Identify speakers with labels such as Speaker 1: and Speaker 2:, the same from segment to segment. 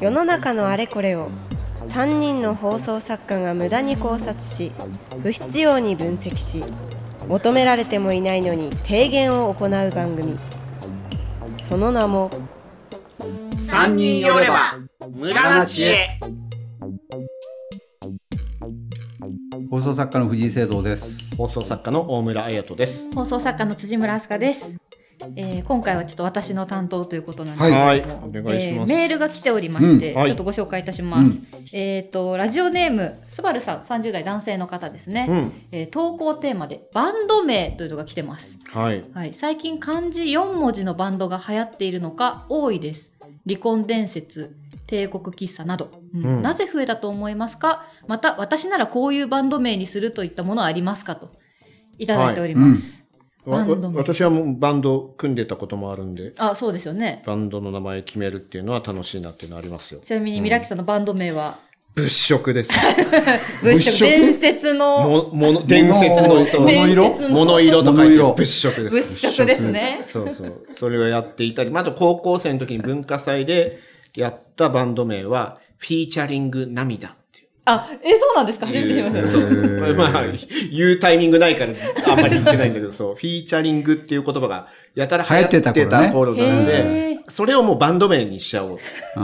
Speaker 1: 世の中のあれこれを3人の放送作家が無駄に考察し不必要に分析し求められてもいないのに提言を行う番組その名も
Speaker 2: 三人寄れば無駄な知恵
Speaker 3: 放送作家の藤井聖堂です。
Speaker 4: 放送作家の大村彩人です。
Speaker 5: 放送作家の辻村飛鳥です、えー今回はちょっと私の担当ということなんです
Speaker 3: はい
Speaker 4: はい
Speaker 5: けども
Speaker 4: お願いします
Speaker 5: えーメールが来ておりまして、
Speaker 4: うんはい
Speaker 5: ちょっとご紹介いたします、えっ、とラジオネームすばるさん30代男性の方ですね、
Speaker 4: うん。
Speaker 5: えー投稿テーマでバンド名というのが来てます、
Speaker 4: はい。
Speaker 5: はい、最近漢字4文字のバンドが流行っているのか多いです離婚伝説帝国喫茶など、うん
Speaker 4: うん
Speaker 5: なぜ増えたと思いますかまた私ならこういうバンド名にするといったものはありますかといただいております、
Speaker 4: わ
Speaker 5: バンド名
Speaker 4: 私はもうバンド組んでたこともあるんで、
Speaker 5: あそうですよね
Speaker 4: バンドの名前決めるっていうのは楽しいなっていうのはありますよ。
Speaker 5: ちなみに、ミラキさんのバンド名は、
Speaker 4: 物色 です。
Speaker 5: 物
Speaker 4: 色
Speaker 5: 色伝説の
Speaker 4: も、もの、伝説の、
Speaker 3: 物
Speaker 4: そ
Speaker 3: 色
Speaker 4: う
Speaker 5: 伝説の
Speaker 4: 物色とか言って
Speaker 3: 物色
Speaker 4: 物色です。
Speaker 5: 物色ですね。
Speaker 4: そうそう。それをやっていたり、まず高校生の時に文化祭でやったバンド名は、フィーチャリング涙っていう。
Speaker 5: あ、え、そうなんですか初めて知りました。
Speaker 4: そうそう。まあ、言うタイミングないから、あんまり言ってないんだけど、そう、フィーチャリングっていう言葉が、やたら流行ってた
Speaker 3: 流行ってた
Speaker 4: 頃なん
Speaker 5: へ
Speaker 4: で
Speaker 5: ー、
Speaker 4: それをもうバンド名にしちゃおう。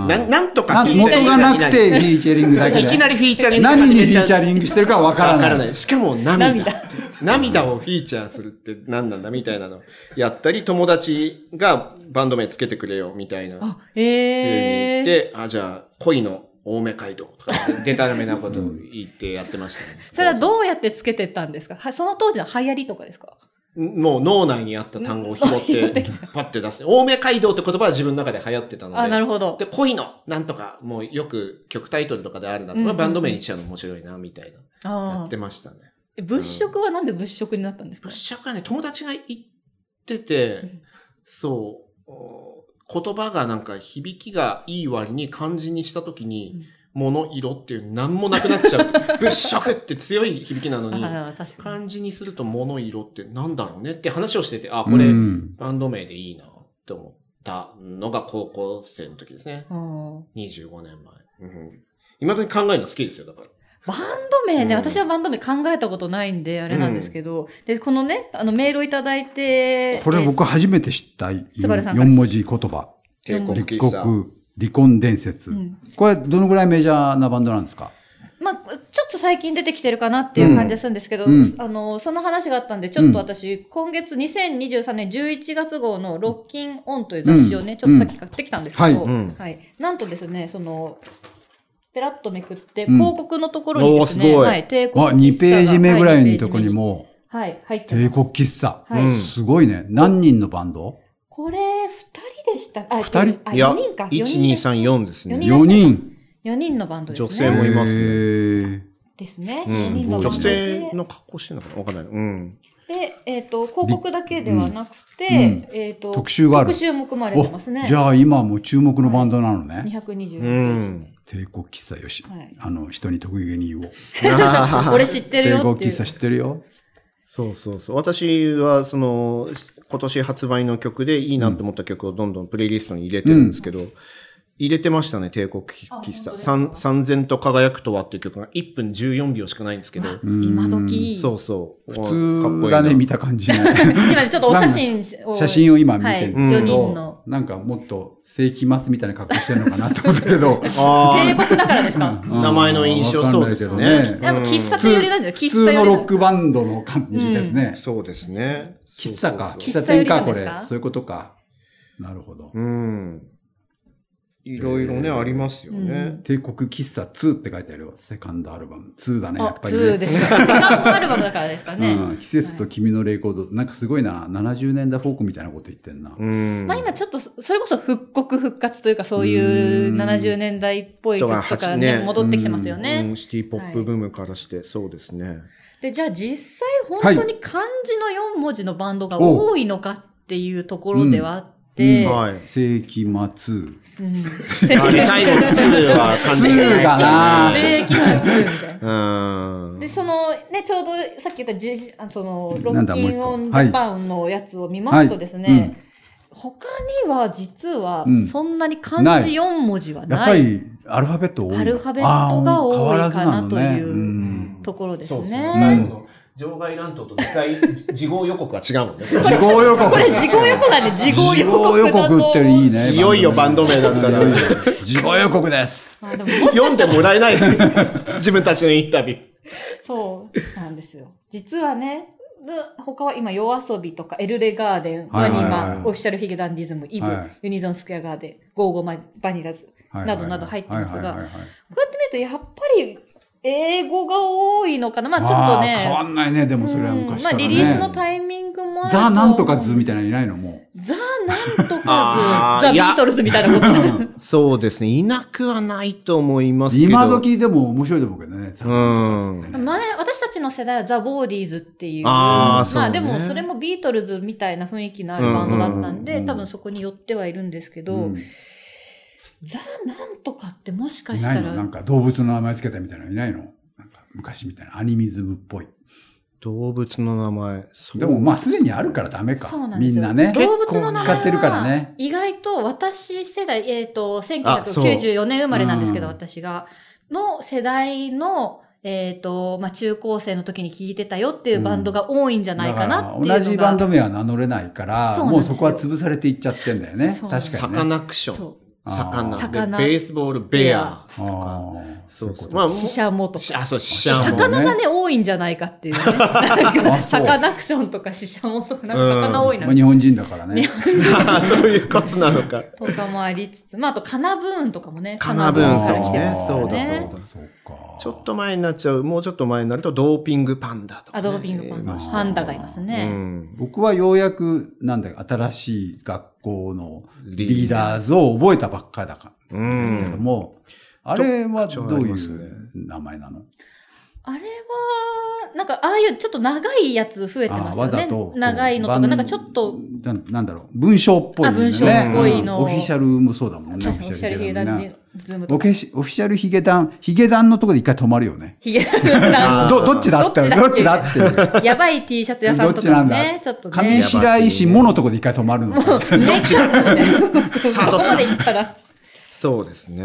Speaker 4: なん、なんとか
Speaker 3: な
Speaker 4: フィーチャリ
Speaker 3: 元
Speaker 4: ング
Speaker 3: がなくてフィーチャリングだけ
Speaker 4: い
Speaker 3: で
Speaker 4: きなりフィーチャリング
Speaker 3: 何にフィーチ
Speaker 4: リング
Speaker 3: ャリングしてるかわから
Speaker 4: わ
Speaker 3: な
Speaker 4: か
Speaker 3: い
Speaker 4: らない。しかも涙。
Speaker 5: 涙
Speaker 4: 涙をフィーチャーするって何なんだみたいなの。やったり、友達がバンド名つけてくれよ、みたいな。
Speaker 5: あ、
Speaker 4: 言
Speaker 5: へ
Speaker 4: っ
Speaker 5: え。
Speaker 4: て、あ、じゃあ、恋の青梅街道とか、でたらめなことを言ってやってましたね。
Speaker 5: それはどうやってつけてったんですかはその当時の流行りとかですか
Speaker 4: もう脳内にあった単語を拾 って、パッて出す。青梅街道って言葉は自分の中で流行ってたので。
Speaker 5: あ、なるほど。
Speaker 4: で、恋の、なんとか、もうよく曲タイトルとかであるなと
Speaker 5: うんうん
Speaker 4: か、
Speaker 5: うん
Speaker 4: バンド名にしちゃうの面白いな、みたいな。や
Speaker 5: あ
Speaker 4: って
Speaker 5: ー
Speaker 4: ましたね。
Speaker 5: え物色はなんで物色になったんですか
Speaker 4: 物色はね、友達が行ってて、そうお、言葉がなんか響きがいい割に漢字にしたときに、物色っていう何もなくなっちゃ う。物色って強い響きなのに、
Speaker 5: あー、確かに。
Speaker 4: 漢字にすると物色ってなんだろうねって話をしてて、あ、こ
Speaker 3: う
Speaker 4: れ、
Speaker 3: ん
Speaker 4: バンド名でいいなって思ったのが高校生の時ですね。
Speaker 5: あー
Speaker 4: 25年前。うん。未だに考えるの好きですよ、だから。
Speaker 5: バンド名ね、
Speaker 4: うん
Speaker 5: 私はバンド名考えたことないんで、あれなんですけど、で、このね、あの、メールをいただいて、
Speaker 3: これ僕初めて知った
Speaker 5: スバルさんから
Speaker 3: 四文字言葉。
Speaker 4: 帝国
Speaker 3: 離
Speaker 4: 喫
Speaker 3: 国
Speaker 4: 茶。、
Speaker 3: 離婚伝説
Speaker 5: ん。
Speaker 3: これどのぐらいメジャーなバンドなんですか
Speaker 5: まあ、ちょっと最近出てきてるかなっていう感じがするんですけど、
Speaker 3: うん
Speaker 5: あの、その話があったんで、ちょっと私、今月2023年11月号のロッキンオンという雑誌をね、
Speaker 3: うん
Speaker 5: ちょっとさっき買ってきたんですけど、
Speaker 3: はい
Speaker 5: はい
Speaker 4: うん
Speaker 5: なんとですね、その、ペラッとめくって、
Speaker 3: うん
Speaker 5: 広告のところにですね、
Speaker 4: おーすごい
Speaker 5: はい、帝国喫茶
Speaker 3: あ、
Speaker 5: が
Speaker 3: 2ページ目ぐらいのとこ
Speaker 5: は
Speaker 3: に
Speaker 5: 二ページ目
Speaker 3: も
Speaker 5: はい、入っ
Speaker 3: う、
Speaker 5: てます
Speaker 3: 帝国喫茶。
Speaker 5: はい。
Speaker 4: うん
Speaker 3: すごいね。何人のバンド
Speaker 5: これ、二人でしたあ、
Speaker 3: 二人
Speaker 5: あ、4人か。
Speaker 4: 1、
Speaker 5: 四人
Speaker 4: 2、
Speaker 5: です
Speaker 4: 3、4です
Speaker 5: 四
Speaker 4: ね。
Speaker 3: ?4 人。
Speaker 5: 四人のバンドですね。
Speaker 4: 女性もいますね
Speaker 3: へー
Speaker 5: ですね。
Speaker 4: う
Speaker 5: 四人
Speaker 4: ん、
Speaker 5: のバンド
Speaker 4: 女
Speaker 5: で
Speaker 4: 性の格好してるのかなわかんない。うん。
Speaker 5: で、えっ、と、広告だけではなくて、
Speaker 3: うんうん
Speaker 5: えっ、と、
Speaker 3: 特集がある
Speaker 5: 特集も組まれてますね
Speaker 3: お。じゃあ今もう注目のバンドなのね。
Speaker 5: 220ペ
Speaker 4: う
Speaker 5: ージ。
Speaker 4: ん。
Speaker 3: 帝国喫茶よし
Speaker 5: はい。
Speaker 3: あの、人に得意げに言おう。
Speaker 5: 俺知って
Speaker 3: 帝
Speaker 5: るよ
Speaker 3: 国
Speaker 5: ってい
Speaker 3: 喫
Speaker 5: う
Speaker 3: 茶。知ってるよ。
Speaker 4: そうそうそう。私は、その、今年発売の曲でいいなと思った曲をどんどんプレイリストに入れてるんですけど、入れてましたね、帝国喫茶。三三千と輝くとはっていう曲が1分14秒しかないんですけど、
Speaker 5: 今時。
Speaker 4: そうそう。
Speaker 3: 普通だね、見た感じね。
Speaker 5: 今ちょっとお写真 を。
Speaker 3: 写真を今見てるけど、
Speaker 5: はい、4人の。
Speaker 3: なんかもっと世紀末みたいな格好してるのかなと思ったけど
Speaker 4: あ
Speaker 5: 帝国だからですか、
Speaker 3: うん
Speaker 4: 名前の印象
Speaker 3: わかんないけど
Speaker 4: そうです
Speaker 5: やっぱ喫茶店寄りなんじゃない
Speaker 3: 普
Speaker 5: 喫
Speaker 3: 通
Speaker 5: 茶
Speaker 3: の
Speaker 5: 寄り
Speaker 3: ロ
Speaker 5: な
Speaker 3: ックバンドの感じですね
Speaker 4: あ。、そうですね。
Speaker 3: 喫茶か。
Speaker 5: そう
Speaker 3: 喫
Speaker 5: そう
Speaker 3: 茶店か、
Speaker 5: 喫茶
Speaker 3: こ
Speaker 5: 寄りなんです
Speaker 3: れ
Speaker 5: か。
Speaker 3: そういうことか。なるほど。
Speaker 4: うん。いろいろね、ありますよね。
Speaker 3: 帝国喫茶2って書いてあるよ。セカンドアルバム。2だね、やっ
Speaker 5: あ、
Speaker 3: ぱり、ね
Speaker 5: 2です ね。セカンドアルバムだからですかね。
Speaker 3: うん。季節と君のレコード、なんかすごいな。70年代フォークみたいなこと言ってんな。
Speaker 4: うん。
Speaker 5: まあ今ちょっと、それこそ復刻復活というか、そういう70年代っぽい曲とかね、
Speaker 4: うん
Speaker 5: 戻ってきてますよ
Speaker 4: う
Speaker 5: ね
Speaker 4: ん。シティポップブームからして、そうですね。
Speaker 5: で、じゃあ実際本当に漢字の4文字のバンドが多いのかっていうところではあって、
Speaker 4: はい。
Speaker 3: 世紀末。
Speaker 5: うん
Speaker 4: あれ最後の2は感じ
Speaker 3: ツーがな
Speaker 5: 礼儀が強いみたいな。
Speaker 4: うん。
Speaker 5: で、その、ね、ちょうどさっき言ったじ、あその、ロ
Speaker 3: なん
Speaker 5: ッ
Speaker 3: だ
Speaker 5: キンオ
Speaker 3: もう
Speaker 5: ン
Speaker 3: 一個
Speaker 5: ジャパンのやつを見ますとですね、
Speaker 3: はいうん
Speaker 5: 他には実は
Speaker 3: うん
Speaker 5: そんなに漢
Speaker 3: ない
Speaker 5: 字4文字は
Speaker 3: やっぱ
Speaker 5: ない,、
Speaker 3: りアルファベット多いんだ
Speaker 5: アルファベットが多い
Speaker 3: あー変わらずの
Speaker 5: かなという
Speaker 3: うん
Speaker 5: ところです
Speaker 6: そうですね。
Speaker 5: ね。
Speaker 6: 最後の場外乱闘と次回、事後予告は違うもんね。
Speaker 3: 事後予告
Speaker 5: これ事後予告だね、事後予告だと
Speaker 3: 事
Speaker 5: 思う。
Speaker 3: 後予告っていいね
Speaker 2: いよいよバンド名だったら
Speaker 3: いよいよ事後予告です
Speaker 5: あでももしか
Speaker 2: 読ん
Speaker 5: し
Speaker 2: で
Speaker 5: たら
Speaker 2: もらえない自分たちのインタビュー。
Speaker 5: そうなんですよ。実はね、で他は今、夜遊びとか、エルレガーデン、
Speaker 3: は
Speaker 5: ワ
Speaker 3: いはいは
Speaker 5: ニ
Speaker 3: い
Speaker 5: マ、オフィシャルヒゲダンディズム、イブ、
Speaker 3: はい
Speaker 5: ユニゾンスクエアガーデン、ゴーゴーマイバニラズ、などなど入ってますが、
Speaker 3: はいはいはいはい
Speaker 5: こうやって見ると、やっぱり英語が多いのかな。まあちょっと
Speaker 3: あー変わ
Speaker 5: ね、
Speaker 3: んないねでもそれは
Speaker 5: うん
Speaker 3: 昔
Speaker 5: ま
Speaker 3: から
Speaker 5: あ
Speaker 3: ね
Speaker 5: リリースのタイミングもある
Speaker 3: ザ・なんとか
Speaker 5: ず
Speaker 3: ズみたいなのいないのも
Speaker 5: ザ・なんとか
Speaker 2: あー
Speaker 5: ず、ザ・
Speaker 2: い
Speaker 5: ビ
Speaker 2: や
Speaker 5: ートルズみたいなこと。
Speaker 2: そうですね。いなくはないと思いま
Speaker 3: う
Speaker 2: すけど。
Speaker 3: 今時でも面白いと思うけどねザ・なんとかズってね
Speaker 5: 前、私たちの世代はザ・ボーディーズっていう。
Speaker 2: あー
Speaker 5: まあ
Speaker 2: そうね
Speaker 5: でもそれもビートルズみたいな雰囲気のあるバンドだったん
Speaker 3: うんうん
Speaker 5: で、
Speaker 3: うん
Speaker 5: 多分そこに寄ってはいるんですけど、
Speaker 3: うん
Speaker 5: ザ・なんとかってもしか
Speaker 3: い
Speaker 5: し
Speaker 3: な
Speaker 5: た
Speaker 3: いのな
Speaker 5: ら
Speaker 3: ん、か動物の名前つけたみたいなのいないのなんか昔みたいなアニミズムっぽい
Speaker 2: 動物の名前。そう
Speaker 3: でもまあすでにあるからダメか
Speaker 5: そうなんで
Speaker 3: み
Speaker 5: す
Speaker 3: ん
Speaker 5: よ。
Speaker 3: なね
Speaker 5: 動物の名前
Speaker 3: 使ってるから
Speaker 5: は
Speaker 3: ね
Speaker 5: 意外と私世代、えっ、と、
Speaker 2: あそう
Speaker 5: 1994年生まれなんですけど、
Speaker 3: うん
Speaker 5: 私が、の世代の、えっ、と、まあ中高生の時に聴いてたよっていうバンドが多いんじゃないかなっていうの
Speaker 3: だか
Speaker 5: が。
Speaker 3: ら同じバンド名は名乗れないから
Speaker 5: そうなん
Speaker 3: も
Speaker 5: で
Speaker 3: う
Speaker 5: すよ
Speaker 3: そこは潰されていっちゃってんだよね
Speaker 5: そう
Speaker 3: 確
Speaker 2: サ
Speaker 3: か
Speaker 2: カ
Speaker 3: にね
Speaker 2: ナクション。
Speaker 5: そう。
Speaker 3: あー
Speaker 5: 魚
Speaker 2: 魚。で、ベースボール、ベアとか。
Speaker 3: あー
Speaker 2: そうそう。
Speaker 3: ま
Speaker 2: まあ、もう
Speaker 5: シシャモとか。
Speaker 2: あ、そう、シャ
Speaker 3: シャ
Speaker 2: モ。
Speaker 3: モ
Speaker 5: 魚がね、多いんじゃないかっていうね。なんか
Speaker 3: あそう
Speaker 5: サカナクションとかシシャモとか、なんか魚多いな、
Speaker 3: あ日本人だからね
Speaker 2: そういうことなのか。
Speaker 5: とかもありつつ、まああとカナブーンとかもね。
Speaker 2: カナブーンさんね。
Speaker 5: カナ
Speaker 2: そう
Speaker 5: ブーンから来てますか
Speaker 2: だ、そ
Speaker 5: ら
Speaker 2: うだ。
Speaker 3: そうか
Speaker 2: ちょっと前になっちゃう、もうちょっと前になると、ドーピングパンダとか、
Speaker 5: アドーピングパンダ。
Speaker 3: ー
Speaker 5: パンダがいます
Speaker 2: う
Speaker 5: ね。
Speaker 2: ん。
Speaker 3: 僕はようやく、なんだよ新しい学校のリ
Speaker 2: リ
Speaker 3: ー
Speaker 2: ー
Speaker 3: ダーズを覚えたばっかだか
Speaker 2: う
Speaker 3: らですけど
Speaker 2: ん。
Speaker 3: も、あれ
Speaker 2: 特
Speaker 3: はど
Speaker 2: 徴
Speaker 3: う
Speaker 2: あり
Speaker 3: い
Speaker 2: ますね
Speaker 3: う名前なの
Speaker 5: あれは、なんかああいうちょっと長いやつ増えてますよ
Speaker 3: わざ
Speaker 5: ね
Speaker 3: と。。
Speaker 5: 長いのと
Speaker 3: こ
Speaker 5: か、
Speaker 3: う
Speaker 5: なんかちょっと、
Speaker 3: な、なんだろう、文章っぽい
Speaker 5: あ
Speaker 3: ね。
Speaker 5: 文章っぽいの
Speaker 3: うんオフィシャルもそうだもんね。
Speaker 5: 確かにオフィシャルヒゲダンディズーム
Speaker 3: オ
Speaker 5: と
Speaker 3: フ
Speaker 5: か。
Speaker 3: ィシオフィシャルヒゲダン、ヒゲダンのとこで一回止まるよね。
Speaker 5: ヒゲ ダン
Speaker 3: ど、どっちだって、ど
Speaker 5: ど
Speaker 3: っ
Speaker 5: っ
Speaker 3: ち
Speaker 5: ち
Speaker 3: だ
Speaker 5: だ
Speaker 3: っていう。
Speaker 5: やばい T シャツ屋さ
Speaker 3: ど
Speaker 5: ん
Speaker 3: っ
Speaker 5: と
Speaker 3: ちな
Speaker 5: か
Speaker 3: ん
Speaker 5: も
Speaker 3: だ
Speaker 5: ね、ちょっと
Speaker 3: 上
Speaker 5: ね。
Speaker 3: 白石ものとこで一回止まるの。
Speaker 5: で
Speaker 2: さあ
Speaker 5: かそ
Speaker 2: どっ
Speaker 5: こ
Speaker 2: ち
Speaker 5: まで行ったら。
Speaker 2: そうですね。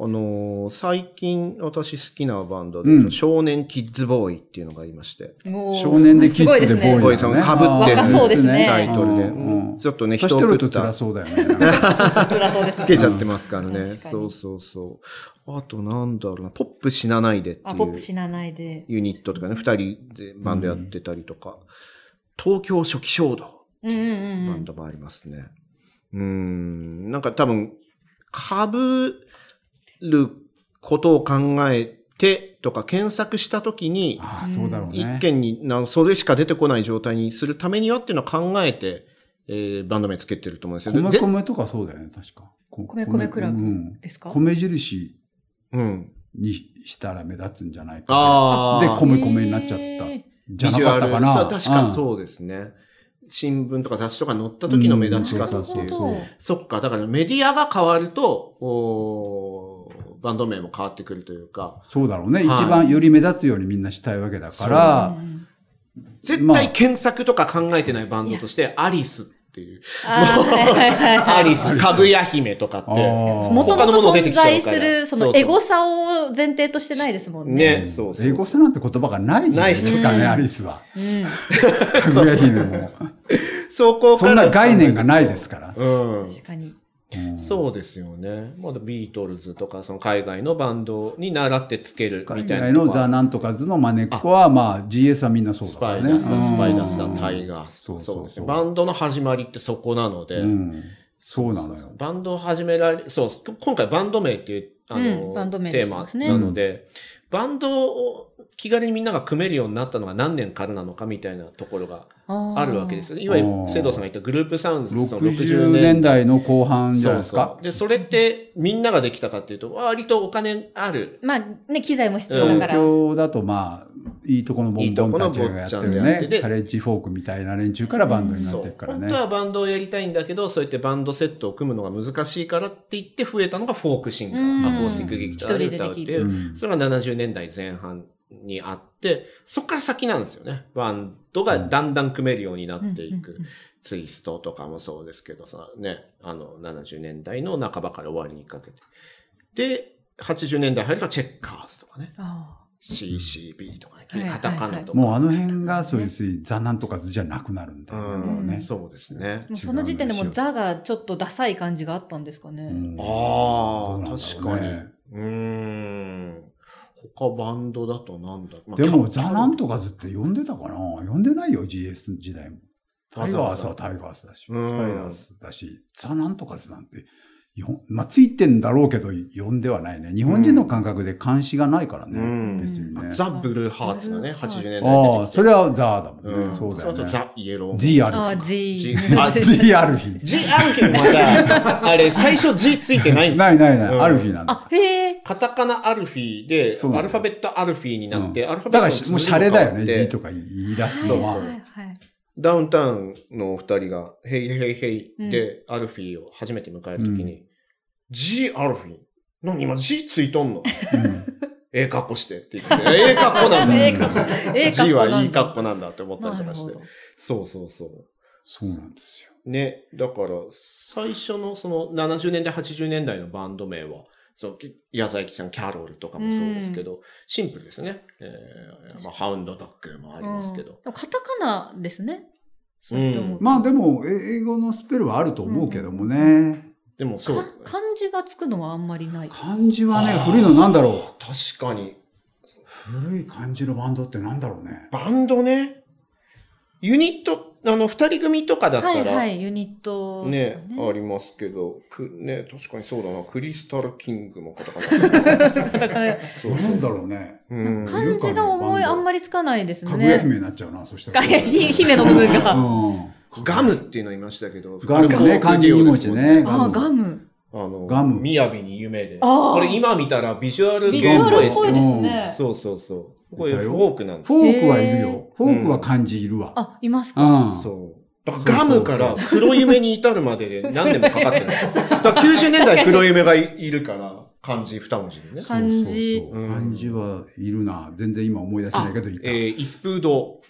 Speaker 2: あのー最近私好きなバンドで、
Speaker 3: うん
Speaker 2: 少年キッズボーイっていうのがいまして、
Speaker 5: もう
Speaker 3: 少年でキ
Speaker 5: すごい
Speaker 3: ッ
Speaker 5: で
Speaker 3: ズ
Speaker 5: す
Speaker 3: でボ
Speaker 5: ね。
Speaker 3: ーイ
Speaker 2: すごいですね
Speaker 3: だね
Speaker 2: ボーイさん被ってる
Speaker 5: 若そうですね
Speaker 2: タイトルで、
Speaker 3: うん
Speaker 2: うんちょっとね、
Speaker 3: 年
Speaker 2: 人を
Speaker 3: 取
Speaker 2: 食
Speaker 3: る
Speaker 2: っ
Speaker 3: と
Speaker 2: た
Speaker 3: 辛そうだよね。なんか
Speaker 5: 辛そうです
Speaker 2: つ。けちゃってますからね。
Speaker 5: うん確かに
Speaker 2: そうそうそう。あとなんだろうな、ポップ死なないでって
Speaker 5: あ、
Speaker 2: い
Speaker 5: ポップ
Speaker 2: う
Speaker 5: 死なないで。
Speaker 2: ユニットとかね、二人でバンドやってたりとか、東京初期衝動
Speaker 5: うんうんうん
Speaker 2: バ
Speaker 5: う
Speaker 2: ン
Speaker 5: ん。
Speaker 2: ドもありますね。うん、んなんか多分、被ることを考えてとか検索したときに、
Speaker 3: ああ、そうだろうね。
Speaker 2: 一件にな、それしか出てこない状態にするためにはっていうのは考えて、えーバンド名つけてると思うんですよ。
Speaker 3: 米
Speaker 2: ぜ
Speaker 3: 米とかそうだよね、確か。こ
Speaker 5: 米米クラブ
Speaker 3: うん
Speaker 5: ですか
Speaker 3: 米印
Speaker 2: うん。
Speaker 3: にしたら目立つんじゃないか
Speaker 2: あ
Speaker 3: で。で、
Speaker 2: あ。
Speaker 3: 米米になっちゃった
Speaker 5: へー。
Speaker 3: じゃなかったかな。
Speaker 2: ビジュアルそう確か
Speaker 3: うん。
Speaker 2: そうですね。新聞とか雑誌とか載った時の目立ち
Speaker 3: な
Speaker 2: 方っ
Speaker 3: るほ
Speaker 2: て
Speaker 3: ど
Speaker 2: い
Speaker 5: な
Speaker 2: う
Speaker 5: る
Speaker 3: そ
Speaker 5: ほ
Speaker 3: う
Speaker 5: ど。
Speaker 2: そっか、だからメディアが変わると、おーバンド名も変わってくるというか、
Speaker 3: そうだろうね。
Speaker 2: はい
Speaker 3: 一番より目立つようにみんなしたいわけだから、
Speaker 2: 絶対検索とか考えてないバンドとして、アリスっていう。
Speaker 5: あーはいはいはい
Speaker 2: アリス、かぐや姫とかっ
Speaker 3: あ
Speaker 2: て。
Speaker 3: ー
Speaker 5: もとも
Speaker 2: 他のも
Speaker 5: と
Speaker 2: の出
Speaker 5: 存
Speaker 2: てきちゃうから
Speaker 5: 在する、そのエゴさを前提としてないですもんね。
Speaker 2: ね、そうそう。
Speaker 3: 英語差なんて言葉がないじゃないですか
Speaker 5: ない
Speaker 3: ね、
Speaker 5: です
Speaker 3: アリスは。
Speaker 5: うん
Speaker 3: かぐや姫も。
Speaker 2: そこか
Speaker 3: そん
Speaker 2: ら
Speaker 3: な概念がないですから。
Speaker 2: うん。
Speaker 5: 確かに。
Speaker 2: そうですよね。まだビートルズとか、その海外のバンドに習ってつけるみ
Speaker 3: 海
Speaker 2: たいな。
Speaker 3: 外のザ・なんとかズのマネっこは、まあ、GS はみんなそう
Speaker 2: ス
Speaker 3: だか
Speaker 2: パ
Speaker 3: ら
Speaker 2: イ
Speaker 3: ね。
Speaker 2: ダース、スパイダース
Speaker 3: う
Speaker 2: だ、
Speaker 3: ん
Speaker 2: タイガースとか。
Speaker 3: そうそうそう
Speaker 2: そうですね。バンドの始まりってそこなので。
Speaker 3: うん。そうなのよ。
Speaker 2: バンドを始められ、そう、きょ今回バンド名っていう、あの、
Speaker 5: うんバンド名に
Speaker 2: テー
Speaker 5: してま
Speaker 2: マ
Speaker 5: すね
Speaker 2: なので、バンドを気軽にみんなが組めるようになったのが何年からなのかみたいなところがあるわけです。いわゆる、生徒さんが言ったグループサウンズってその
Speaker 3: 60年代の後半じゃないです
Speaker 2: そう
Speaker 3: か
Speaker 2: そう。。で、それってみんなができたかっていうと、割とお金ある。
Speaker 5: まあね、機材も必要だか
Speaker 3: 東
Speaker 5: ら。
Speaker 3: 京だとまあ、いいとこのボンボンたちがや
Speaker 2: いいとこの坊
Speaker 3: ってる
Speaker 2: ちゃんでやって
Speaker 3: ね。
Speaker 2: て
Speaker 3: カレッジフォークみたいな連中からバンドになっ
Speaker 2: そ
Speaker 3: てる
Speaker 2: う。
Speaker 3: から
Speaker 2: 本
Speaker 3: ね
Speaker 2: 当。はバンドをやりたいんだけど、そうやってバンドセットを組むのが難しいからって言って増えたのがフォークシンガー、
Speaker 5: うん
Speaker 2: アコースティック劇とアルタ歌うっていう
Speaker 3: 一人でできる
Speaker 2: それが70年代前半
Speaker 4: にあって、そこから先なんですよね。バンドがだんだん組めるようになっていく。
Speaker 5: うんうんうん
Speaker 4: ツイストとかもそうですけどさ、ね、あの、70年代の半ばから終わりにかけて。で、80年代入るとチェッカーズとかね、
Speaker 5: あ
Speaker 4: CCB とかね、
Speaker 5: はい
Speaker 4: カタカナとか。
Speaker 3: もうあの辺がそういう水座なんとか図じゃなくなるんだよね。もう
Speaker 4: うん
Speaker 3: ね
Speaker 4: そうですね
Speaker 5: ー。もうその時点でもうザがちょっとダサい感じがあったんですかね。
Speaker 3: うん
Speaker 4: ああ、
Speaker 3: どうなんだろうね
Speaker 4: 確かに。うーん。他バンドだとなんだろうまあ
Speaker 3: でも、
Speaker 4: キャ
Speaker 3: ザ・なんとかずって呼んでたかな呼んでないよ、GS 時代も。タイガースはタイガースだし、スパ
Speaker 4: うん
Speaker 3: イダースだし、ザ・なんとかずなんて、よまあ、ついてんだろうけど、呼んではないね。日本人の感覚で監視がないからね、
Speaker 4: うん
Speaker 3: 別にね。
Speaker 4: ザ・ブルーハーツがね、80年代に出てきて。
Speaker 3: ああ、それはザだもんね。
Speaker 4: うん
Speaker 3: そうだよ
Speaker 4: あと
Speaker 3: ね。
Speaker 4: ザ・イエロー。
Speaker 3: G
Speaker 5: あ
Speaker 3: あ
Speaker 5: あ、
Speaker 3: る。
Speaker 5: G。
Speaker 4: あ
Speaker 3: G ある日。
Speaker 4: G ある日もまた、あれ、最初 G ついてないんですよ
Speaker 3: ないないない、
Speaker 4: うん
Speaker 3: ある日なんだ。
Speaker 5: あ、へえ。
Speaker 4: カタカナアルフィーで、
Speaker 3: そうな
Speaker 4: ア
Speaker 3: んだよ
Speaker 4: ルファベットアルフィーになって、
Speaker 3: うん
Speaker 4: アルファベ
Speaker 3: だから
Speaker 4: ットの
Speaker 3: し
Speaker 4: 綴り
Speaker 3: もうシャレだよね、
Speaker 4: が変わ
Speaker 3: G
Speaker 4: って
Speaker 3: とか言い出す
Speaker 5: はい
Speaker 3: の
Speaker 4: う
Speaker 3: は。
Speaker 5: はいはい。
Speaker 4: ダウンタウンのお二人が、ヘイヘイヘイで、アルフィーを初めて迎えるときに、G アルフィー何今 G ついとんの ええ格好してって言ってて、 ええ格好なんだ。
Speaker 5: ええ格好ええ格好なんだ
Speaker 4: G はいい格好なんだって思ったり
Speaker 5: な
Speaker 4: と
Speaker 5: る
Speaker 4: か
Speaker 5: ほ
Speaker 4: して
Speaker 5: ど。。
Speaker 4: そうそうそう。
Speaker 3: そうなんですよ。
Speaker 4: ね、だから、最初のその70年代、80年代のバンド名は、そう、き矢沢駅さん、キャロルとかもそうですけど、シンプルですね。えー、まあ、ハウンドドッグもありますけど。
Speaker 5: うん。でもカタカナですね。
Speaker 4: うん
Speaker 5: そうやって思うと
Speaker 3: まあでも、え英語のスペルはあると思うけどもね。
Speaker 4: でも、そう。
Speaker 5: か漢字がつくのはあんまりない。
Speaker 3: 漢字はね、古いのなんだろ
Speaker 4: 確かに。
Speaker 3: う。古い漢字のバンドってなんだろうね。
Speaker 4: バンドね、ユニット、あの、二人組とかだっ
Speaker 5: は
Speaker 4: た
Speaker 5: い
Speaker 4: ら、
Speaker 5: はい、ユニットとか
Speaker 4: ね
Speaker 5: ね。、
Speaker 4: ありますけど、くね、確かにそうだな、クリスタルキングもカタカナ。
Speaker 5: だから、
Speaker 4: そうそ
Speaker 3: な
Speaker 4: うん
Speaker 3: だろうね。
Speaker 4: うん
Speaker 5: 漢字が思いあんまりつかないです
Speaker 3: かぐや
Speaker 5: ね。
Speaker 3: 姫になっちゃうな、そした
Speaker 5: か
Speaker 3: ら。
Speaker 5: ぐや姫の部分が。あ
Speaker 3: うん
Speaker 4: ガムっていうのいましたけど、
Speaker 3: ガムね、漢字二文字ね。
Speaker 5: あ、
Speaker 3: ガ
Speaker 5: ガ
Speaker 3: ム。
Speaker 5: ム。
Speaker 4: あの、
Speaker 3: ガム
Speaker 4: みやびに有名で。
Speaker 5: あー
Speaker 4: これ今見たらビジュアル
Speaker 5: ビジュアルっぽいです
Speaker 4: で
Speaker 5: ね
Speaker 4: す。そうそうそう。これ
Speaker 3: いた
Speaker 4: フ
Speaker 3: よ
Speaker 4: ォークなんです。
Speaker 3: フォークはいるよ。フ
Speaker 4: ー
Speaker 3: ォークは漢字いるわ。
Speaker 5: あ、います
Speaker 3: う
Speaker 5: か。
Speaker 3: ん。
Speaker 4: そう。だからガムから黒夢に至るまでで何年もかかってるんですよ。だから90年代黒夢がいいるから、漢字二文字でね。
Speaker 5: 漢字
Speaker 3: そうそうそう漢字はいるな。全然今思い出せないけど、いた
Speaker 4: え。ー、一風堂。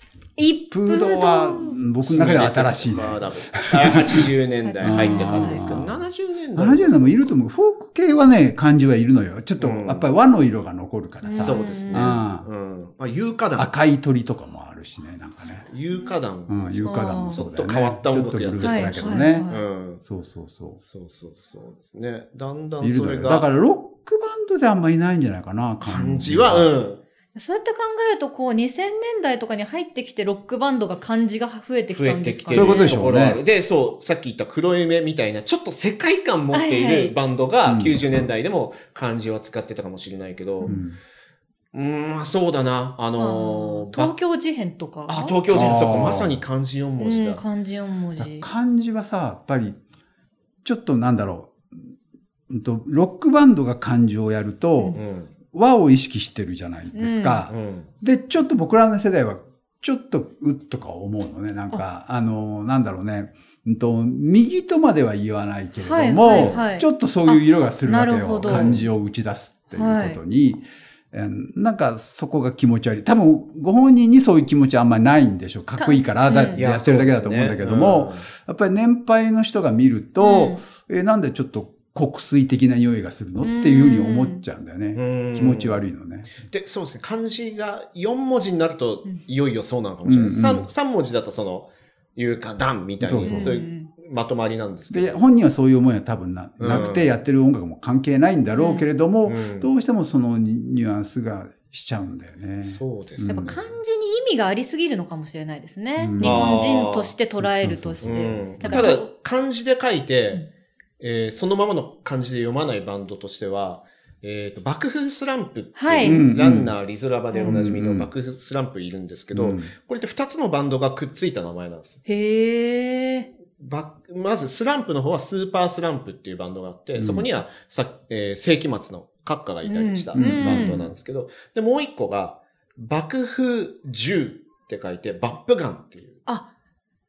Speaker 5: 一
Speaker 3: プー
Speaker 5: 風
Speaker 3: ド
Speaker 5: 堂
Speaker 3: は僕の中では新しいね
Speaker 4: ま。あ、多分80年代入ってからですけど、
Speaker 3: うん
Speaker 4: 70年代。
Speaker 3: 70年代もいると思う。フォーク系はね、漢字はいるのよ。ちょっと、
Speaker 4: うん
Speaker 3: やっぱり和の色が残るからさ。
Speaker 4: そうですね。
Speaker 3: う
Speaker 4: うんん。まあ、有価団。
Speaker 3: 赤い鳥とかもあるしね、なんかね。
Speaker 4: 有価団。
Speaker 3: う、
Speaker 4: うんん。
Speaker 3: ユーカダもそうだよね。
Speaker 4: ちょっと変わった音楽や
Speaker 3: ちょ
Speaker 4: っ
Speaker 3: っと
Speaker 4: て
Speaker 3: ブルースだけど
Speaker 5: はいは
Speaker 3: ね
Speaker 5: いは。
Speaker 3: そうそうそ
Speaker 4: そうそうそうですね。だんだ
Speaker 3: う。い
Speaker 4: ん
Speaker 3: る
Speaker 4: そ
Speaker 3: だ
Speaker 4: れ
Speaker 3: よ。
Speaker 4: が。
Speaker 3: だからロックバンドであんまいないんじゃないかな、
Speaker 4: 漢字は、
Speaker 3: うん。
Speaker 4: うん。
Speaker 5: そうやって考えると、こう、2000年代とかに入ってきて、ロックバンドが漢字が増えてき
Speaker 4: 増
Speaker 5: た
Speaker 4: え
Speaker 5: んで
Speaker 4: て
Speaker 5: す
Speaker 4: き
Speaker 5: か
Speaker 4: て
Speaker 5: ね。
Speaker 4: る
Speaker 3: そういうことでしょうね
Speaker 4: ろあるで、そう、さっき言った黒夢みたいな、ちょっと世界観持って
Speaker 5: はいはいい
Speaker 4: るバンドが
Speaker 3: うん
Speaker 4: 90年代でも漢字は使ってたかもしれないけど、うん、ん、そうだな、あ
Speaker 5: あ
Speaker 4: の
Speaker 5: ー
Speaker 4: ー
Speaker 5: 東京事変とか。
Speaker 4: ばあ、東京人、そ
Speaker 3: あ
Speaker 4: こ
Speaker 3: ー
Speaker 4: まさに漢字4文字
Speaker 5: う
Speaker 4: だ
Speaker 5: ん、。漢字4文
Speaker 3: だ
Speaker 5: 字。
Speaker 3: 漢字はさ、やっぱり、ちょっとなんだろう。うんとロックバンドが漢字をやると
Speaker 4: う、ん。
Speaker 3: 和を意識してるじゃないですか
Speaker 4: う。ん。
Speaker 3: で、ちょっと僕らの世代は、ちょっと、うっとか思うのね。なんか、あの、なんだろうね。うんと、右とまでは言わないけれども、
Speaker 5: はいはいはい
Speaker 3: ちょっとそういう色がするわけ
Speaker 5: あなるほ
Speaker 3: よ。
Speaker 5: ど
Speaker 3: 漢字を打ち出すっていうことに。えーなんか、そこが気持ち悪い。多分、ご本人にそういう気持ちはあんまりないんでしょう。かっこいいから、だ
Speaker 5: うん
Speaker 4: い
Speaker 3: やってるだけだと思うんだけども、
Speaker 4: そうですね
Speaker 3: やっぱり年配の人が見ると、えーなんでちょっと国粋的な匂いがするのっていうふうに思っちゃうんだよね。
Speaker 4: うん
Speaker 3: 気持ち悪いのね。
Speaker 4: で、そうですね。漢字が4文字になると、いよいよそうなのかもしれない。
Speaker 3: うん
Speaker 4: 三三 3, 文字だと、その、言うか、段みたいな、
Speaker 3: そうそう
Speaker 4: そういうまとまりなんですけ
Speaker 3: で、
Speaker 4: ど。
Speaker 3: 本人はそういう思いは多分な
Speaker 4: うん
Speaker 3: なくて、やってる音楽も関係ないんだろうけれども、
Speaker 4: うん
Speaker 3: どうしてもそのニニュアンスがしちゃうんだよね。
Speaker 4: そうです
Speaker 5: や
Speaker 4: ね
Speaker 5: っぱ漢字に意味がありすぎるのかもしれないですね。
Speaker 3: うん
Speaker 5: 日本人として捉えるとし
Speaker 4: う
Speaker 5: て
Speaker 4: ん。
Speaker 5: だ
Speaker 4: た
Speaker 5: から
Speaker 4: だ、漢字で書いて、えーそのままの漢字で読まないバンドとしては、えーと、爆風スランプっていう、
Speaker 5: はい
Speaker 3: うん
Speaker 4: ランナー、リズラバでおなじみ
Speaker 3: う
Speaker 4: の
Speaker 3: ん
Speaker 4: 爆風スランプいるんですけど、
Speaker 3: うん
Speaker 4: これって2つのバンドがくっついた名前なんですよ。
Speaker 5: へえ。
Speaker 4: ばまず、スランプの方はスーパースランプっていうバンドがあって、
Speaker 3: うん
Speaker 4: そこにはさ、えー世紀末の閣下がいたりした
Speaker 5: う
Speaker 4: バ
Speaker 5: ん
Speaker 4: ンドなんですけど、で、もう一個が、爆風銃って書いて、バップガンっていう
Speaker 5: あ、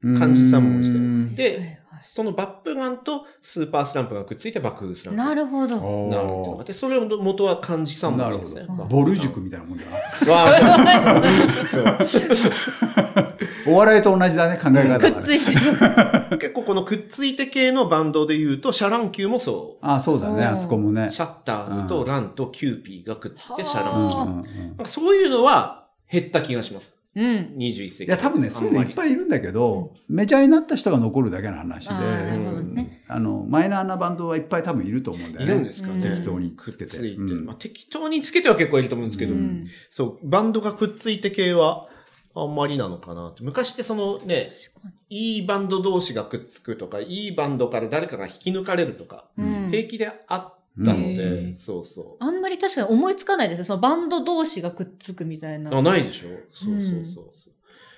Speaker 3: うん
Speaker 4: 漢字3文字で
Speaker 5: はいはい
Speaker 4: で、そのバップガンとスーパースランプがくっついて爆風スランプ。
Speaker 5: なるほ
Speaker 3: あ
Speaker 5: ど。
Speaker 4: なるっていうの
Speaker 3: ー
Speaker 4: がで、それの元は漢字三
Speaker 3: な
Speaker 4: 文
Speaker 3: る
Speaker 4: 字
Speaker 3: ほ
Speaker 4: ですね。
Speaker 3: ど。ボル塾みたいなもんだな。
Speaker 4: わあそう
Speaker 3: お笑いと同じだね、考え方が
Speaker 5: く
Speaker 3: ね
Speaker 5: っついてる。
Speaker 4: 結構このくっついて系のバンドで言うと、シャランキューもそ
Speaker 3: あ、そうだね、
Speaker 5: そう
Speaker 3: あそこもね
Speaker 4: う。。シャッターズとランとキューピーがくっついてシャラ
Speaker 3: うん
Speaker 4: ン
Speaker 3: う
Speaker 4: キュー。
Speaker 3: んうん
Speaker 4: なんかそういうのは減った気がします。
Speaker 5: うん。
Speaker 4: 21世紀。
Speaker 3: いや、多分ね、そういうのいっ
Speaker 4: い。
Speaker 3: ぱいいるんだけど、メジャーになった人が残るだけの話で
Speaker 5: あー、なるほどね
Speaker 3: あの、マイナーなバンドはいっぱい多分いると思うんだ
Speaker 4: い
Speaker 3: よ
Speaker 4: るん
Speaker 3: ね
Speaker 4: で。すか
Speaker 5: うん
Speaker 4: ね。
Speaker 3: 適当に
Speaker 4: く
Speaker 3: つ
Speaker 4: っ
Speaker 3: けて。
Speaker 4: ついて。
Speaker 3: うん
Speaker 4: まあ、適当につけては結構いると思うんですけど、
Speaker 5: うん
Speaker 4: そう、バンドがくっついて系はあんまりなのかなって。昔ってそのね、いいバンド同士がくっつくとか、いいバンドから誰かが引き抜かれるとか、
Speaker 5: うん
Speaker 4: 平気であったので、
Speaker 5: うん
Speaker 4: そうそう。
Speaker 5: あんまり確かに思いつかないですよ。そのバンド同士がくっつくみたいな。
Speaker 4: あ、ないでしょそうそうそうそう。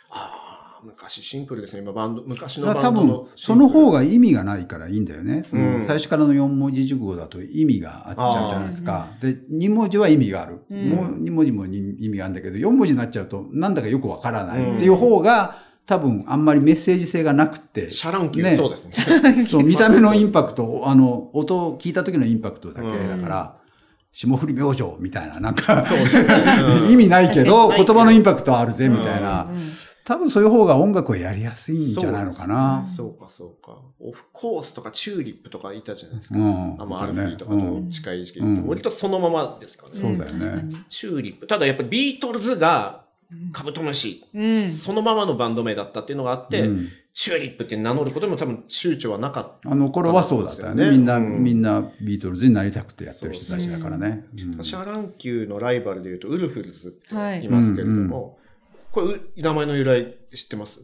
Speaker 4: ああ、昔シンプルですね。今バンド、昔の
Speaker 3: だ
Speaker 4: バ
Speaker 3: から
Speaker 4: ン
Speaker 3: 多
Speaker 4: ド
Speaker 3: 分
Speaker 4: の、シ
Speaker 3: そ
Speaker 4: ンプル。
Speaker 3: の方が意味がないからいいんだよね。そ
Speaker 4: うん
Speaker 3: の最初からの4文字熟語だと意味があっちゃうじゃないですか。で、2文字は意味がある。
Speaker 5: うん
Speaker 3: もう2文字もに意味があるんだけど、4文字になっちゃうとなんだかよくわからないっていう方が、多分あんまりメッセージ性がなくて、
Speaker 4: シャランキュー、
Speaker 3: ね
Speaker 4: そうです ね。
Speaker 3: そう、見た目のインパクト、あの、音を聞いた時のインパクトだけだから、霜降り明星みたいな、なんか、意味ないけど、言葉のインパクトあるぜ、みたいな。多分そういう方が音楽をやりやすいんじゃないのかな。
Speaker 4: そうか、そうか。オフコースとかチューリップとかいたじゃないですか。
Speaker 3: うん。
Speaker 4: あまあ、アルフィーとか
Speaker 3: う
Speaker 4: と
Speaker 3: ん
Speaker 4: 近い時期、
Speaker 3: うん
Speaker 4: 割とそのままですかね。
Speaker 3: そうだよ
Speaker 5: 確か
Speaker 3: ね。
Speaker 5: に。
Speaker 4: チューリップ。ただやっぱりビートルズがカブトムシ、
Speaker 5: うん
Speaker 4: そのままのバンド名だったっていうのがあって、
Speaker 3: うん
Speaker 4: チューリップって名乗ることにも多分躊躇はなかった。
Speaker 3: あの頃はそうだったよね。
Speaker 4: そう
Speaker 3: み
Speaker 4: ですよね
Speaker 3: んな、
Speaker 4: うん
Speaker 3: みんなビートルズになりたくてやってる人たちだからね。うん
Speaker 4: シャランキューのライバルで言うとウルフルズって
Speaker 5: はい
Speaker 4: いますけれども、これう名前の由来知ってます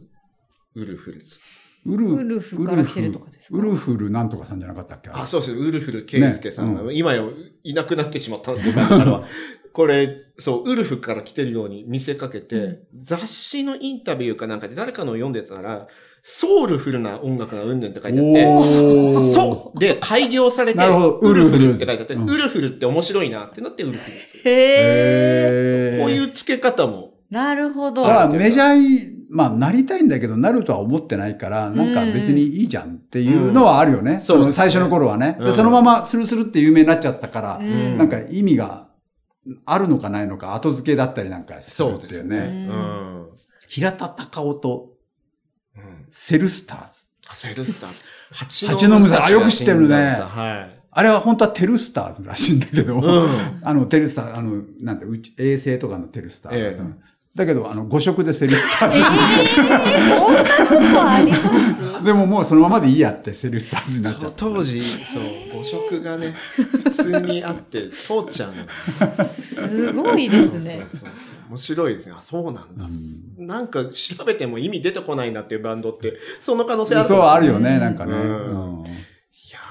Speaker 4: ウルフルズ。
Speaker 3: ウル
Speaker 5: ウルフから来てるとかですか
Speaker 3: ウルフウルフルなんとかさんじゃなかったっけ
Speaker 4: あ、そうです。ウルフルケイスケさんが、
Speaker 3: ね
Speaker 4: 今よ、いなくなってしまったんですけど、今からは。 これ、そう、ウルフから来てるように見せかけて、雑誌のインタビューかなんかで誰かのを読んでたら、ソウルフルな音楽がうんぬんって書いてあって、
Speaker 3: おー
Speaker 4: そうで、開業されて、
Speaker 3: なるほど
Speaker 4: ウルフルって書いてあって、
Speaker 3: うん
Speaker 4: ウルフルって面白いなってなってウルフルです。
Speaker 5: へえ。
Speaker 3: へー
Speaker 4: こういう付け方も、
Speaker 5: なるほど
Speaker 3: だ。からメジャーに、まあ、なりたいんだけど、なるとは思ってないから、なんか別にいいじゃんっていうのはあるよね。そ
Speaker 4: そう
Speaker 3: の
Speaker 4: ですね
Speaker 3: 最初の頃はね。
Speaker 4: う
Speaker 3: で、
Speaker 4: ん
Speaker 3: そのままスルスルって有名になっちゃったから、
Speaker 5: ん
Speaker 3: なんか意味があるのかないのか、後付けだったりなんかする
Speaker 4: そ
Speaker 3: っ
Speaker 4: うで
Speaker 3: てい
Speaker 4: す
Speaker 3: う
Speaker 4: ね。
Speaker 3: ね。
Speaker 4: うん。
Speaker 3: 平田隆夫と
Speaker 4: うん
Speaker 3: セルスターズ。
Speaker 4: セルスターズ。八
Speaker 3: 八の武蔵あよく知ってるね
Speaker 4: はい。
Speaker 3: あれは本当はテルスターズらしいんだけど、
Speaker 4: うん。
Speaker 3: あの、テルスター、あの、なんて、うち衛星とかのテルスターだったの
Speaker 4: え
Speaker 3: だけど、あの、5色でセルスターズ。
Speaker 5: あります
Speaker 3: でももうそのままでいいやって、セルスターズになっちゃ
Speaker 4: そう
Speaker 3: った。
Speaker 4: 当時、そう、母食がね、普通にあって、父ちゃん。
Speaker 5: すごいです
Speaker 4: そ
Speaker 5: ね
Speaker 4: う。そう面白いですね。あ、そうなんだ。なんか調べても意味出てこないなっていうバンドって、その可能性あるか
Speaker 3: そ
Speaker 4: も
Speaker 3: う、
Speaker 4: しれない
Speaker 3: あるよね、なんかね。
Speaker 4: うん
Speaker 3: うん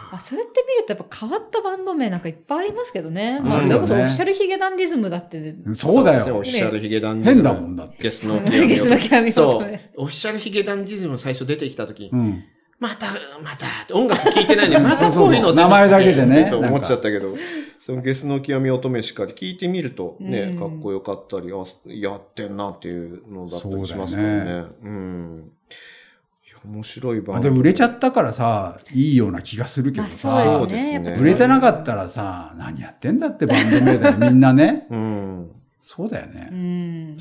Speaker 5: あそうやって見るとやっぱ変わったバンド名なんかいっぱいありますけどね。まあ、
Speaker 3: ある
Speaker 5: それ
Speaker 3: よ
Speaker 5: こ
Speaker 3: ね
Speaker 5: そオフィシャルヒゲダンディズムだって、
Speaker 3: そうだ
Speaker 4: そう
Speaker 3: よ
Speaker 4: オフィ。シャルヒゲダンディ
Speaker 3: 変
Speaker 4: ズム。
Speaker 3: だもんだって。
Speaker 4: ゲスの
Speaker 5: ゲスの極み乙
Speaker 4: そ
Speaker 5: 女
Speaker 4: う。オフィシャルヒゲダンディズム最初出てきた時、
Speaker 3: うん。
Speaker 4: また、また、って音楽聴いてないのに、またこういうの出てきて
Speaker 3: 名前だけでね
Speaker 4: そう
Speaker 3: なんか
Speaker 4: 思っちゃったけど、そのゲスの極み乙女しかり聞いてみるとね、
Speaker 5: うん
Speaker 4: かっこよかったり、あ、やってんなっていうのだったりします
Speaker 3: そう
Speaker 4: か
Speaker 3: だ
Speaker 4: ら
Speaker 3: よ
Speaker 4: ね。
Speaker 3: ね
Speaker 4: うん。いや、面白い
Speaker 3: ま
Speaker 4: 番
Speaker 3: あでも売れちゃったからさ、いいような気がするけ
Speaker 5: ま
Speaker 3: ど
Speaker 5: あそ
Speaker 3: さ
Speaker 5: う、ですね。やっぱ
Speaker 4: そうです
Speaker 3: 売
Speaker 4: ね
Speaker 3: れてなかったらさ、何やってんだってバンド名だよ、みんなね。
Speaker 4: うん。
Speaker 3: そうだよ
Speaker 5: う
Speaker 3: ね。
Speaker 5: ん。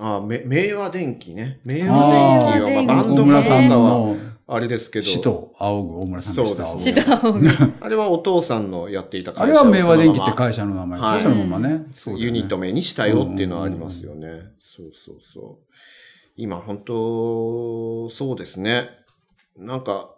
Speaker 4: あ、め、明和電機ね。明
Speaker 3: あ
Speaker 4: 和電機は、
Speaker 5: ー
Speaker 4: まあ、バン
Speaker 3: 大
Speaker 4: ド
Speaker 3: 村
Speaker 4: か
Speaker 3: さ
Speaker 4: なんんかは、
Speaker 3: の
Speaker 4: あれですけ
Speaker 3: 死
Speaker 4: ど、
Speaker 3: と仰ぐ大村さんの死と
Speaker 4: そう
Speaker 3: 仰
Speaker 4: で
Speaker 3: ぐ。
Speaker 4: す
Speaker 5: 下を見る
Speaker 4: あれはお父さんのやっていた
Speaker 3: あ
Speaker 4: 会
Speaker 3: れ
Speaker 4: 社
Speaker 3: は明和電機っ
Speaker 4: そのま
Speaker 3: て
Speaker 4: ま
Speaker 3: 会社の名前。
Speaker 4: はい
Speaker 3: そのままね。そうだよね
Speaker 4: ユニット名にしたよっていうのはありますよね。そうそうそう。今本当、そうですね。なんか、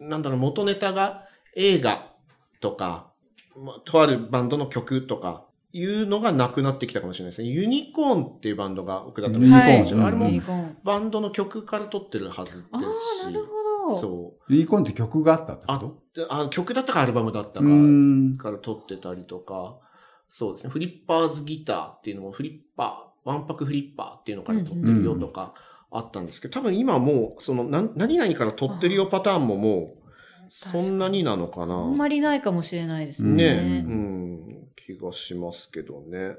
Speaker 4: なんだろう、元ネタが映画とか、まあとあるバンドの曲とか、いうのがなくなってきたかもしれないですね。ユニコーンっていうバンドが僕だったんです
Speaker 3: ユニコーン
Speaker 4: けど、
Speaker 3: はい
Speaker 4: あれ
Speaker 3: う
Speaker 5: ユ
Speaker 3: ん
Speaker 5: ニ
Speaker 4: も
Speaker 5: コーン。
Speaker 4: バンドの曲から撮ってるはずですし。
Speaker 5: ああ、なるほど。
Speaker 4: そう。
Speaker 3: ユニコーンって曲があったってこ
Speaker 4: あ
Speaker 3: と
Speaker 4: あ、曲だったかアルバムだった
Speaker 3: う
Speaker 4: か
Speaker 3: ー。ん。
Speaker 4: から撮ってたりとか、そうですね、フリッパーズギターっていうのも、フリッパー、ワンパクフリッパーっていうのから撮ってるよとか、あったんですけど、多分今もう、その、なん何々から撮ってるよパターンももう、そんなになのかな。
Speaker 5: あんまりないかもしれないです
Speaker 4: ね
Speaker 5: ね。
Speaker 4: え、うん、気がしますけどね。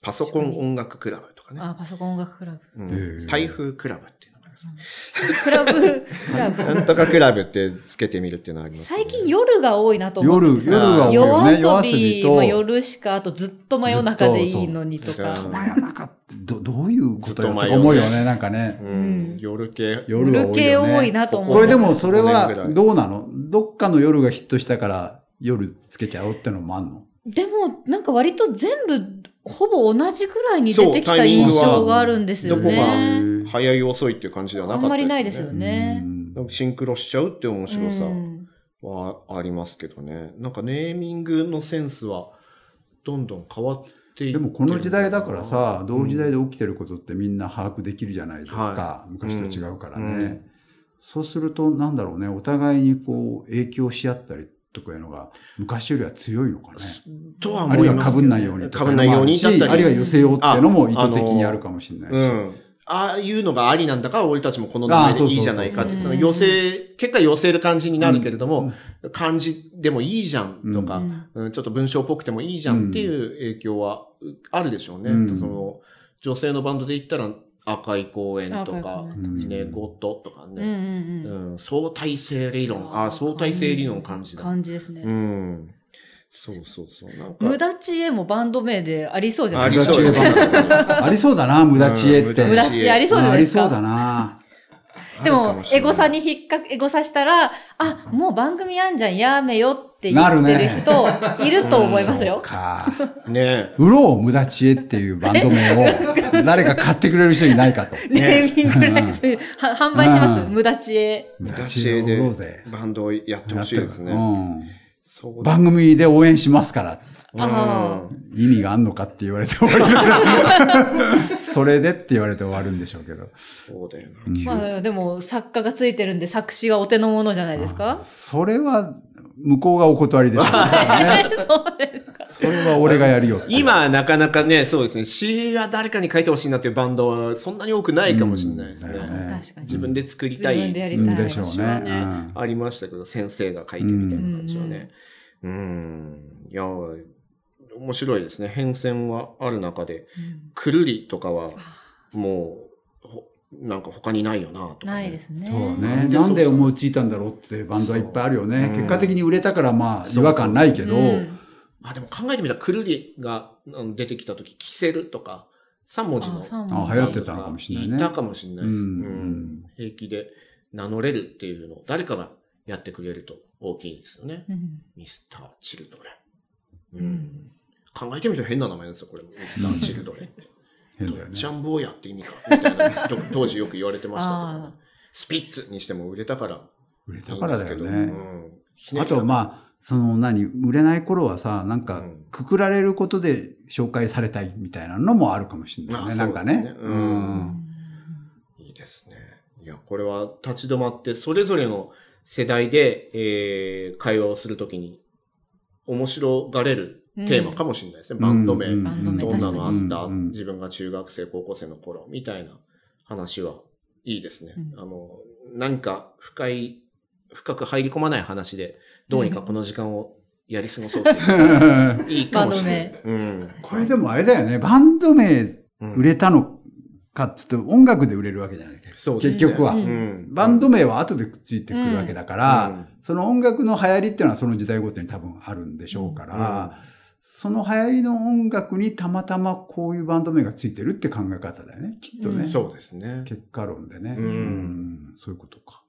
Speaker 4: パソコン音楽クラブとかね。
Speaker 5: あパソコン音楽クラ
Speaker 4: う
Speaker 5: ブ。
Speaker 3: へ
Speaker 4: ん
Speaker 3: え
Speaker 4: 台風クラブっていうのがださい。
Speaker 5: クラブ、クラブ。
Speaker 4: なんとかクラブってつけてみるっていうのはありますね、
Speaker 5: 最近夜が多いなと思って。
Speaker 3: 夜、夜は多いよね。
Speaker 5: 夜遊
Speaker 3: 夜遊
Speaker 5: び、
Speaker 3: び
Speaker 5: ま
Speaker 3: と
Speaker 5: あ、、夜しか、あとずっと真夜中でいいのにと
Speaker 4: ずっ
Speaker 5: か。
Speaker 4: と
Speaker 3: 真夜中ってど どういうことよ
Speaker 4: ずっと
Speaker 3: と
Speaker 4: 迷う
Speaker 3: か思うよね、なんかね。
Speaker 4: うん、夜系。
Speaker 3: 夜は多いよ、ね。
Speaker 5: 夜系多いなと思う
Speaker 3: これでもそれ
Speaker 4: 五年ぐら
Speaker 3: はいどうなのどっかの夜がヒットしたから夜つけちゃおうってのもあんの
Speaker 5: でも、なんか割と全部、ほぼ同じくらいに出てき
Speaker 4: そうタ
Speaker 5: た
Speaker 4: イミン
Speaker 5: 印
Speaker 4: グは
Speaker 5: 象があるんですよ
Speaker 4: どこ
Speaker 5: ね。
Speaker 4: が早い遅いっていう感じではな
Speaker 5: あ
Speaker 4: かっ
Speaker 5: ん
Speaker 4: た
Speaker 5: まりないですよ
Speaker 4: ね。
Speaker 5: ね。
Speaker 4: なんかシンクロしちゃうって面白さ
Speaker 5: うん
Speaker 4: はありますけどね。なんかネーミングのセンスはどんどん変わってい
Speaker 3: で
Speaker 4: ってる
Speaker 3: もこの時代だから、さ、同時代で起きてることってみんな把握できるじゃないですか。
Speaker 4: は
Speaker 3: 昔と違うからね、
Speaker 4: うん
Speaker 3: そうすると、なんだろうね、お互いにこう影響し合ったりとかいうのが昔よりは強いのかね。
Speaker 4: とは
Speaker 3: あ
Speaker 4: 思
Speaker 3: るい
Speaker 4: い
Speaker 3: は
Speaker 4: ます
Speaker 3: 被んないようにと
Speaker 4: かぶんないようにだ
Speaker 3: あ
Speaker 4: っ
Speaker 3: る
Speaker 4: た
Speaker 3: し
Speaker 4: り。
Speaker 3: あるいは寄せようっていうのも意図的
Speaker 4: ああの
Speaker 3: にあるかもしれないし。
Speaker 4: うん。ああいうのがありなんだから俺たちもこの名前でいいじゃないかっ
Speaker 5: あ
Speaker 4: て、
Speaker 5: あ
Speaker 4: そ
Speaker 5: そう
Speaker 4: の
Speaker 5: そうそう
Speaker 4: 寄せ、結果寄せる感じになるけれども、漢字でもいいじゃんとか、うんちょっと文章っぽくてもいいじゃんっていう影響はあるでしょうね。
Speaker 3: うん
Speaker 4: その女性のバンドで言ったら赤い公園とか
Speaker 5: 赤い、
Speaker 3: 公園
Speaker 4: ね、ゴッドとか
Speaker 5: うんう
Speaker 4: ね、
Speaker 5: ん
Speaker 4: う
Speaker 5: うん。
Speaker 4: ん相対性理論。
Speaker 5: あ
Speaker 4: あ
Speaker 5: あ
Speaker 4: あ、相対性理論感じだ。
Speaker 5: 感じですね。
Speaker 4: うん。そうそうそう。なんか
Speaker 5: 無駄知恵もバンド名でありそうじゃな
Speaker 4: あ
Speaker 5: い
Speaker 4: り
Speaker 5: ですか。
Speaker 4: そうですね。
Speaker 3: ありそうだな、無駄知恵って。
Speaker 4: うん
Speaker 5: 無駄知恵ありそうじゃないですか。
Speaker 3: ありそうだな。
Speaker 5: で
Speaker 4: あるか
Speaker 5: も
Speaker 4: もし、れ
Speaker 5: エ
Speaker 4: ない
Speaker 5: ゴサに引っか、エゴサしたら、あ、もう番組あんじゃん、やめよって言
Speaker 3: なる
Speaker 5: っ
Speaker 3: ね
Speaker 5: てる人、いると思いますよ。
Speaker 3: か。
Speaker 4: ね
Speaker 3: うろう無駄知恵っていうバンド名 を誰か買ってくれる人いないかと。
Speaker 5: ネーミングライズ、は販売します、
Speaker 3: うん
Speaker 5: 無駄知恵。
Speaker 3: 無駄知
Speaker 4: 知
Speaker 3: 恵
Speaker 4: 恵
Speaker 3: を
Speaker 4: で
Speaker 3: 売ろうぜ。
Speaker 4: バンドをやってほしいですね。
Speaker 3: うん
Speaker 4: そうだ
Speaker 3: 番組で応援しますから。
Speaker 5: ああ
Speaker 3: 意味があんのかって言われて終わりだから。それでって言われて終わるんでしょうけど。
Speaker 4: そうだよな。
Speaker 5: まあ、でも、作家がついてるんで、作詞がお手のものじゃないですか。
Speaker 3: それは向こうがお断りですよね。
Speaker 5: そうですか。
Speaker 3: それは俺がやるよって。
Speaker 4: 今、なかなかね、そうですね、詩は誰かに書いてほしいなっていうバンドは、そんなに多くないかもしれないですね。
Speaker 3: うんだよね
Speaker 5: 確かに。
Speaker 4: 自分で作りたい。
Speaker 5: 自分でやり
Speaker 3: う
Speaker 5: たい
Speaker 3: んでしょう
Speaker 4: 昔は
Speaker 3: ね。
Speaker 4: ね、
Speaker 3: うん
Speaker 4: ありましたけど、先生が書いてみたいな感じはね。うん、いや、面白いですね。変遷はある中で、くるりとかは、もう、ほなんか他にないよな、とか、
Speaker 5: ないですね。
Speaker 3: そうね。なんで思いついたんだろうってバンドはいっぱいあるよね。結果的に売れたからまあ違和感ないけど、
Speaker 5: うん
Speaker 4: まあでも考えてみたら、くるりがうん出てきた時、着せるとか、3文字の。
Speaker 5: あ三
Speaker 3: あ
Speaker 5: 文
Speaker 3: 流
Speaker 5: 字
Speaker 3: 行ってたのかもしれないね
Speaker 4: いたかもしれないです。
Speaker 3: う
Speaker 4: うんん平気で名乗れるっていうのを誰かがやってくれると大きいですよね。
Speaker 5: うん
Speaker 4: ミスター・チルドレン。うん考えてみたら変な名前ですよ、これ。ミスター・チルドレンって。
Speaker 3: 変だよね。
Speaker 4: ジャンボーヤって意味か。みた いなと当時よく言われてましたけど
Speaker 5: あ
Speaker 4: ね。スピッツにしても売れたから
Speaker 3: 売れ
Speaker 4: い
Speaker 3: た
Speaker 4: いん
Speaker 3: から
Speaker 4: です
Speaker 3: だ
Speaker 4: け
Speaker 3: よ
Speaker 4: ど。
Speaker 3: ね。
Speaker 4: うん
Speaker 3: あと、まあ、その何、売れない頃はさ、なんか
Speaker 4: うん、
Speaker 3: くくられることで紹介されたいみたいなのもあるかもしれない
Speaker 4: ま
Speaker 3: ね。
Speaker 4: あ
Speaker 3: なんか
Speaker 4: そう
Speaker 3: ね
Speaker 4: ですね。うんいいですね。いや、これは立ち止まって、それぞれの世代で、えー会話をするときに、面白がれるテーマかもしれないですね。バンド名、
Speaker 3: うん
Speaker 5: バンド名
Speaker 4: どんなのあった、
Speaker 3: うんうん
Speaker 4: 自分が中学生、高校生の頃、みたいな話はいいですね。
Speaker 5: うん
Speaker 4: あの、何か深い、深く入り込まない話で、どうにかこの時間をやり過ごそうっていう のいいかもしれない。うん。
Speaker 3: これでもあれだよね。バンド名
Speaker 4: うん
Speaker 3: 売れたのかっつって音楽で売れるわけじゃない
Speaker 4: そうですね
Speaker 3: 結局は。
Speaker 5: うん
Speaker 4: うん
Speaker 3: バンド名は後でくっついてくるわけだから、
Speaker 4: うん
Speaker 3: その音楽の流行りっていうのはその時代ごとに多分あるんでしょうから、その流行りの音楽にたまたまこういうバンド名がついてるって考え方だよね、きっとね。
Speaker 4: そうですね。
Speaker 3: 結果論でね、
Speaker 4: うん
Speaker 3: うんそういうことか。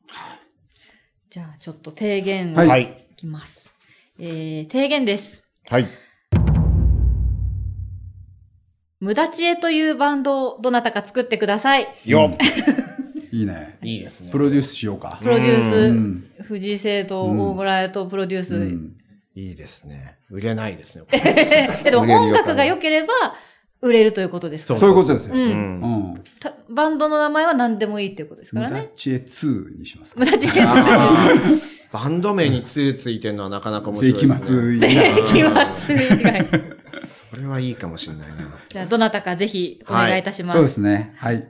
Speaker 5: じゃあ、ちょっと提言を
Speaker 3: はい
Speaker 5: い
Speaker 2: はい。
Speaker 5: きます。えー、提言です。
Speaker 2: はい。
Speaker 5: 無駄知恵というバンドをどなたか作ってください。
Speaker 2: よ
Speaker 3: いいね。
Speaker 4: いいですね
Speaker 3: プ。ロデュースしようか
Speaker 5: プ。ロデュー
Speaker 3: ん
Speaker 5: ス、藤井生と大村へとプロデュース。
Speaker 3: うん
Speaker 4: いいですね。売れないですね。
Speaker 5: え、でも音楽が良ければ売れるということです
Speaker 3: そういうことですよ。
Speaker 5: う。
Speaker 3: うんん。
Speaker 5: たバンドの名前は何でもいいっていうことですか
Speaker 3: 無
Speaker 5: ら
Speaker 3: 駄
Speaker 5: ね。
Speaker 3: 知恵2にしますか。
Speaker 5: 無駄知恵つ
Speaker 4: バンド名につゆついてるのはなかなか面白
Speaker 3: 世
Speaker 4: いです
Speaker 3: 紀
Speaker 4: ね。
Speaker 3: 末以
Speaker 5: け
Speaker 3: 外。
Speaker 5: 気まずい以外。
Speaker 4: これはいいかもしれないな。
Speaker 5: じゃあ、どなたかぜひお願いいたします。
Speaker 3: そうですね。はい。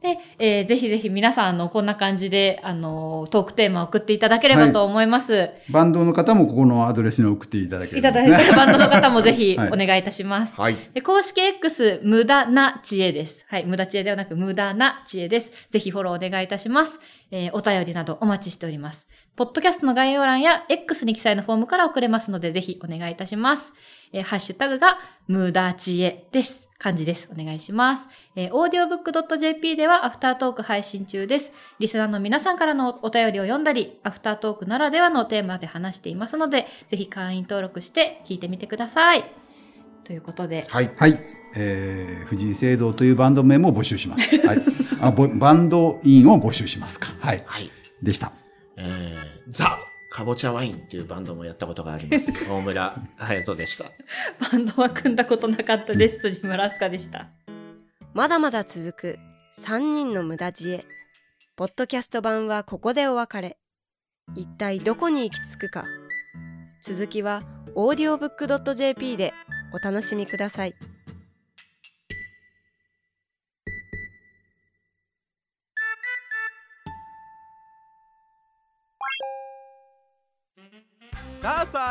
Speaker 5: で、えーぜひぜひ皆さん、あの、こんな感じで、あの、トークテーマを送っていただければと思います。
Speaker 3: バンドの方もここのアドレスに送っていただけ
Speaker 5: い
Speaker 3: れ
Speaker 5: た
Speaker 3: ばで
Speaker 5: だ
Speaker 3: す
Speaker 5: い
Speaker 3: ね。
Speaker 5: たバンドの方もぜひ
Speaker 3: はい
Speaker 5: お願いいたします。
Speaker 2: はい
Speaker 5: で公式 X、無駄な知恵です。はい、無駄知恵ではなく無駄な知恵です。ぜひフォローお願いいたします。えーお便りなどお待ちしております。ポッドキャストの概要欄や X に記載のフォームから送れますので、ぜひお願いいたします。えーハッシュタグが無駄知恵です。漢字です。お願いします。えー、audiobook.jp ではアフタートーク配信中です。リスナーの皆さんからのお便りを読んだり、アフタートークならではのテーマで話していますので、ぜひ会員登録して聞いてみてください。ということで、
Speaker 2: はい。
Speaker 3: はい。えー、藤井聖堂というバンド名も募集します。はい。あ、ぼバンドインを募集しますか。はい。
Speaker 4: はい。
Speaker 3: でした。
Speaker 4: えー、ザ・かぼちゃワインっていうバンドもやったことがあります。大村隼人でした。
Speaker 5: バンドは組んだことなかったです。辻村すかでした。
Speaker 1: まだまだ続く3人の無駄知恵ポッドキャスト版はここでお別れ一体どこに行き着くか続きは audiobook.jp でお楽しみください
Speaker 7: さあさ